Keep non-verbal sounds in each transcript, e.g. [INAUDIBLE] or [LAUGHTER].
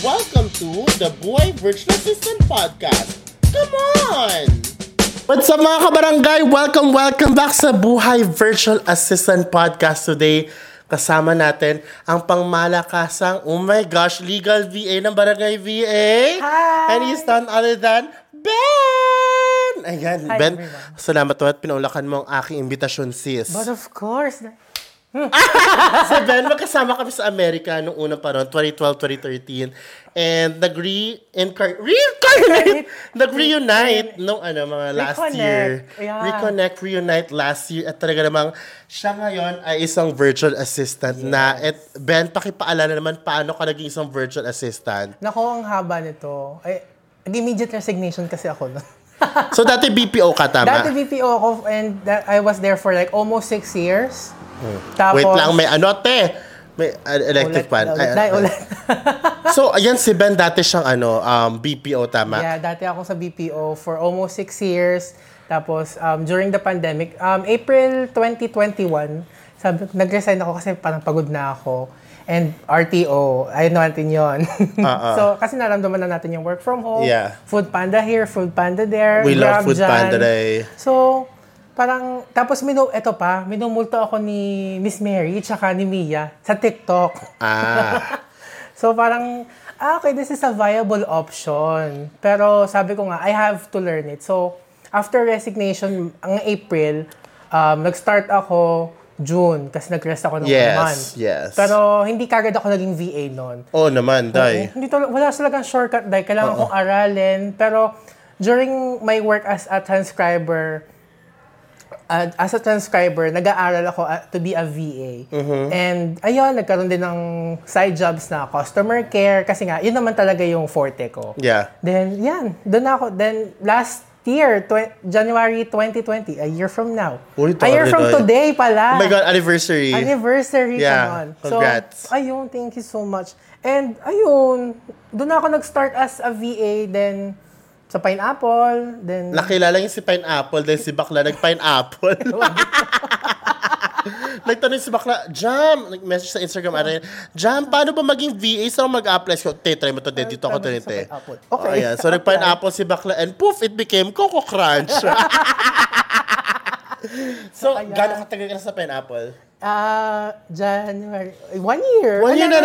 Welcome to the Buhay Virtual Assistant Podcast. Come on! What's up mga kabarangay? Welcome, welcome back sa Buhay Virtual Assistant Podcast today. Kasama natin ang pangmalakasang, oh my gosh, legal VA ng Barangay VA. Hi! And he's none other than Ben! Ayan, Hi, Ben, everyone. salamat mo at pinaulakan mo ang aking imbitasyon, sis. But of course, na- si Ben, magkasama kami sa Amerika nung unang panahon, 2012-2013. And nag-reincarnate, reincarnate, nag-reunite nung ano, mga last Reconnect. year. Yeah. Reconnect, reunite last year. At talaga namang siya ngayon ay isang virtual assistant na. At Ben, pakipaalala naman paano ka naging isang virtual assistant. nako, ang haba nito. Ay, immediate resignation kasi ako. [LAUGHS] No? So dati BPO ka, tama? Dati VPO ako and that, I was there for like almost six years. Tapos, Hmm. Wait lang, may ano, te? May uh, electric fan. ulit, ulit, Ay, ay, Ay, ulit. [LAUGHS] ay. so, ayan si Ben dati siyang ano, um, BPO, tama? yeah, dati ako sa BPO for almost six years. Tapos, um, during the pandemic, um, April 2021, sabi, nag-resign ako kasi parang pagod na ako. And RTO, ayun natin yun. [LAUGHS] Ah, ah. so, kasi naramdaman na natin yung work from home. Yeah. Food Panda here, Food Panda there. We love Grab Food dyan. Panda eh. So, parang, tapos minu, eto pa, minumulto ako ni Miss Mary tsaka ni Mia sa TikTok. Ah. So parang, ah, okay, this is a viable option. Pero sabi ko nga, I have to learn it. So, after resignation, ang April, um, nag-start ako June, kasi nag-rest ako ng Yes, one month. yes. Pero hindi kagad ako naging VA noon. Oo oh, naman, day. Eh, Hindi tol- wala talagang shortcut dahil kailangan kong aralin. Pero during my work as a transcriber, uh, as a transcriber, nag-aaral ako uh, to be a VA. Mm-hmm. And ayun, nagkaroon din ng side jobs na customer care kasi nga, yun naman talaga yung forte ko. Yeah. Then, yan. Doon ako. Then, last year, twen- January 2020, a year from now. Uy, a year tari, from tari. today pala. Oh my God, anniversary. Anniversary Yeah, ganon. congrats. So, ayun, thank you so much. And ayun, doon ako nag-start as a VA, then sa Pineapple, then... Nakilala niya si Pineapple, then si Bakla [LAUGHS] nag-Pineapple. [LAUGHS] Nagtanong si Bakla, Jam, nag-message sa Instagram, ano yan, Jam, paano ba maging VA sa mag-apply? So, te, try mo to, te, dito ako Try to, mo sa te. Pineapple. Oh, Okay. ayan. So, nag-Pineapple si Bakla, and poof, it became Coco [LAUGHS] Crunch. [LAUGHS] so, Ayan. gano'ng katagal ka na sa Pineapple? Ah, January. One year. One year na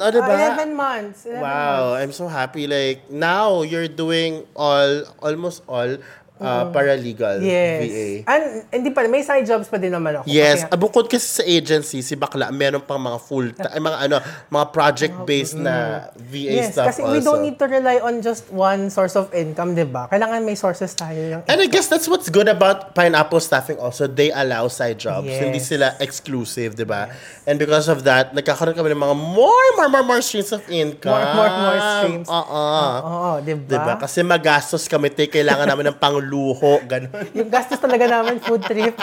rin. O, diba? Eleven months. Eleven months. Wow, I'm so happy. Like, now, you're doing all, almost all, uh, paralegal Mm-hmm. Yes. VA. And, hindi pa, may side jobs pa din naman ako. Yes, Kasi nga- abukod kasi sa agency, si Bakla, meron pang mga full, ay mga ano, mga project-based na VA mm. Yes, stuff kasi we also. don't need to rely on just one source of income, di ba? Kailangan may sources tayo ng And I guess that's what's good about Pineapple Staffing also. They allow side jobs. Yes. Hindi sila exclusive, di ba? And because of that, nagkakaroon kami ng mga more, more, more, more streams of income. More, more, more streams. Ah, Oo. Oo, di ba? Di ba? Kasi magastos kami, te, kailangan namin ng pangluho, ganun. Yung gastos talaga namin, food trip.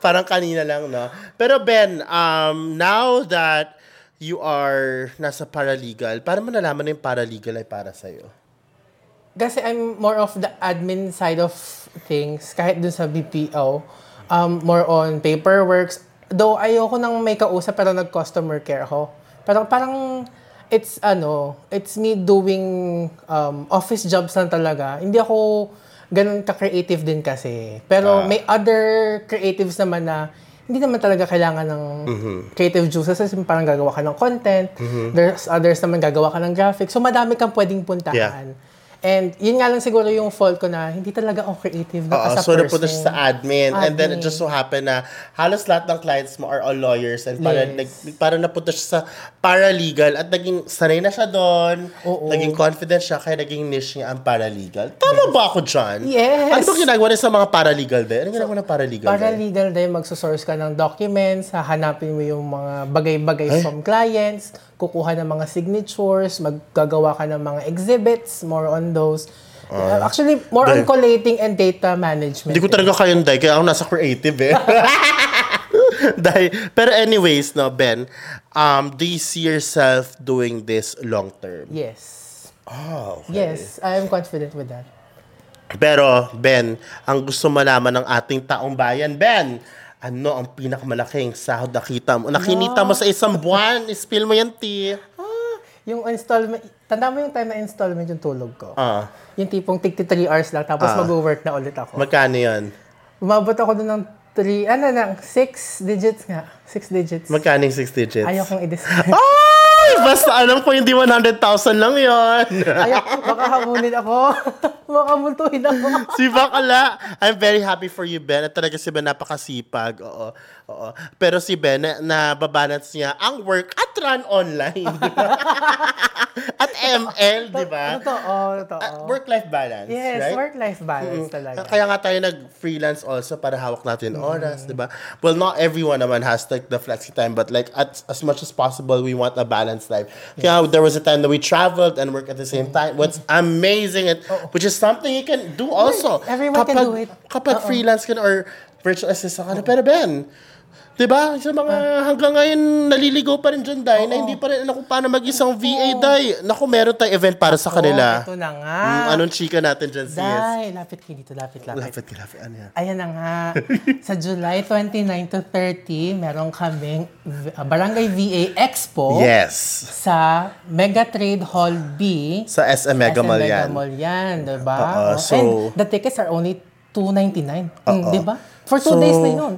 Parang kanina lang, no? Pero Ben, um, now that you are nasa paralegal, paano mo nalaman na yung paralegal ay para sa'yo? Kasi I'm more of the admin side of things, kahit dun sa BPO. Um, more on paperworks. Though ayoko nang may kausap pero nag-customer care ako. Parang, parang it's ano, it's me doing um, office jobs lang talaga. Hindi ako ganun ka-creative din kasi. Pero may other creatives naman na hindi naman talaga kailangan ng creative juices. Kasi parang gagawa ka ng content. There's others naman gagawa ka ng graphics. So madami kang pwedeng puntahan. And yun nga lang siguro yung fault ko na hindi talaga ako creative Oo, na as a so person. napunta siya sa admin. And then it Admin. just so happened na halos lahat ng clients mo are all lawyers. And para, Yes. nag- para napunta siya sa paralegal at naging sanay na siya doon. Oo. Naging confident siya kaya naging niche niya ang paralegal. Tama ba ako dyan? Yes. Ano ba ginagawa niya sa mga paralegal din? Ano ginagawa ng paralegal Para din? legal din, magsusource ka ng documents, hahanapin mo yung mga bagay-bagay from clients, kukuha ng mga signatures, maggagawa ka ng mga exhibits, more on those. Uh, Actually, more on dahil- collating and data Ah. management. Hindi ko talaga kayo day, kaya ako nasa creative eh. [LAUGHS] Dahil, pero anyways, no, Ben, um, do you see yourself doing this long term? Yes. Oh, Yes, I am confident with that. Pero, Ben, ang gusto malaman ng ating taong bayan, Ben, ano ang pinakamalaking sahod na kita mo? Nakinita mo sa isang buwan? Spill mo yan, ti. Ah, Yung installment, tanda mo yung time na installment yung tulog ko. Ah, Yung tipong tig 3 hours lang, tapos Ah. mag-work na ulit ako. magkano yun? Umabot ako doon ng 3, ano na, 6 digits nga. 6 digits. Magkano yung six digits? Ayokong [LAUGHS] i-describe. Ay! Basta alam ko hindi 100,000 lang yon. [LAUGHS] Ayoko, baka hamunin ako. [LAUGHS] baka multuhin [LAUGHS] ako. si Bakala, I'm very happy for you, Ben. At talaga si Ben napakasipag. Oo, oo. Pero si Ben, na, nababalance niya ang work at run [LAUGHS] online. at ML, di ba? Totoo, totoo. Ah, work-life balance, yes, right? work-life balance talaga. Kaya nga tayo nag-freelance also para hawak natin yung oras, Mm. di ba? Well, not everyone naman has like the flexi time, but like at, as much as possible, we want a balanced life. Kaya there was a time that we traveled and worked at the same time. What's Mm-hmm. amazing, and, which is something you can do also. everyone can Kapag- do it. Kapag freelance ka na or virtual assistant ka na, pero Ben, Di ba? Sa mga Uh-huh. hanggang ngayon naliligo pa rin dyan, Day, na hindi pa rin alam kung paano mag-isang VA, Day. Naku, meron tayong event para sa kanila. Oh, ito na nga. Mm, anong chika natin dyan, CS? Day, lapit kayo dito, lapit, lapit. Lapit, lapit. Ano yan? Ayan na [LAUGHS] nga. sa July 29 to 30, meron kaming v- uh, Barangay VA Expo Yes. sa Mega Trade Hall B. Sa SM Mega Mall yan. Mall yan, diba? Oo, Oh, Uh-uh, so- Uh-uh. And the tickets are only 2.99. Mm, Oo. diba? For two days na yun.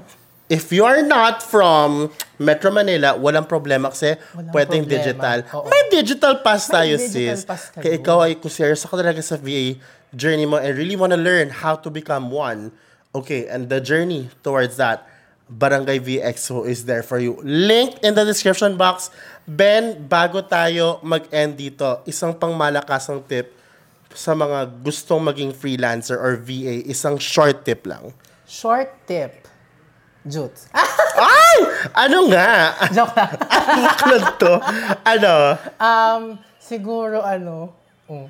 If you're not from Metro Manila, walang problema kasi pwedeng problema. digital. Oo. May digital pass tayo, digital sis. pass kayo. Kaya ikaw ay kung seryoso ka talaga sa VA journey mo and really wanna learn how to become one, okay, and the journey towards that, Barangay VXO is there for you. Link in the description box. Ben, bago tayo mag-end dito, isang pangmalakasang tip sa mga gustong maging freelancer or VA, isang short tip lang. Short tip. [LAUGHS] Jutes. Ay! Ano nga? [LAUGHS] Joke lang. Ano to? Ano? Um, siguro ano, mm.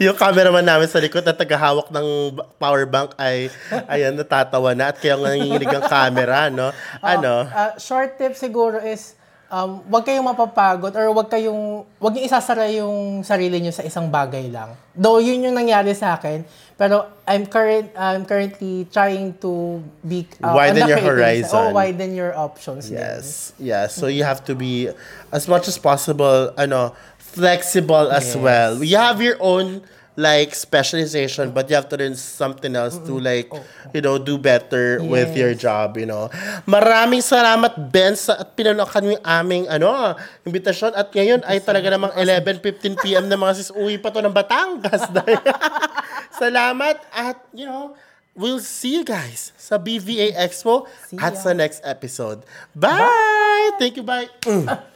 Yung cameraman namin sa likod na tagahawak ng b- power bank ay, ayan, natatawa na. At kaya nanginginig ang camera, no? Ano? Ah, short tip siguro is, um, wag kayong mapapagod or wag kayong, wag niyo isasara yung sarili niyo sa isang bagay lang. Though yun yung nangyari sa akin, pero I'm current I'm currently trying to be uh, Widen I'm your nakaitim sa- horizon. Oh, widen your options. din. Yes. Yeah. So you have to be, as much as possible, ano, flexible as well. You have your own, like, specialization, but you have to learn something else to, like, you know, do better with your job, you know. Maraming salamat, Ben, sa at pinalakan yung aming, ano, imbitasyon. At ngayon ay talaga namang 11.15 p.m. na mga sis, uwi pa to ng Batangas. [LAUGHS] salamat at, you know, We'll see you guys sa BVA Expo at sa next episode. Bye! Thank you, bye! Mm.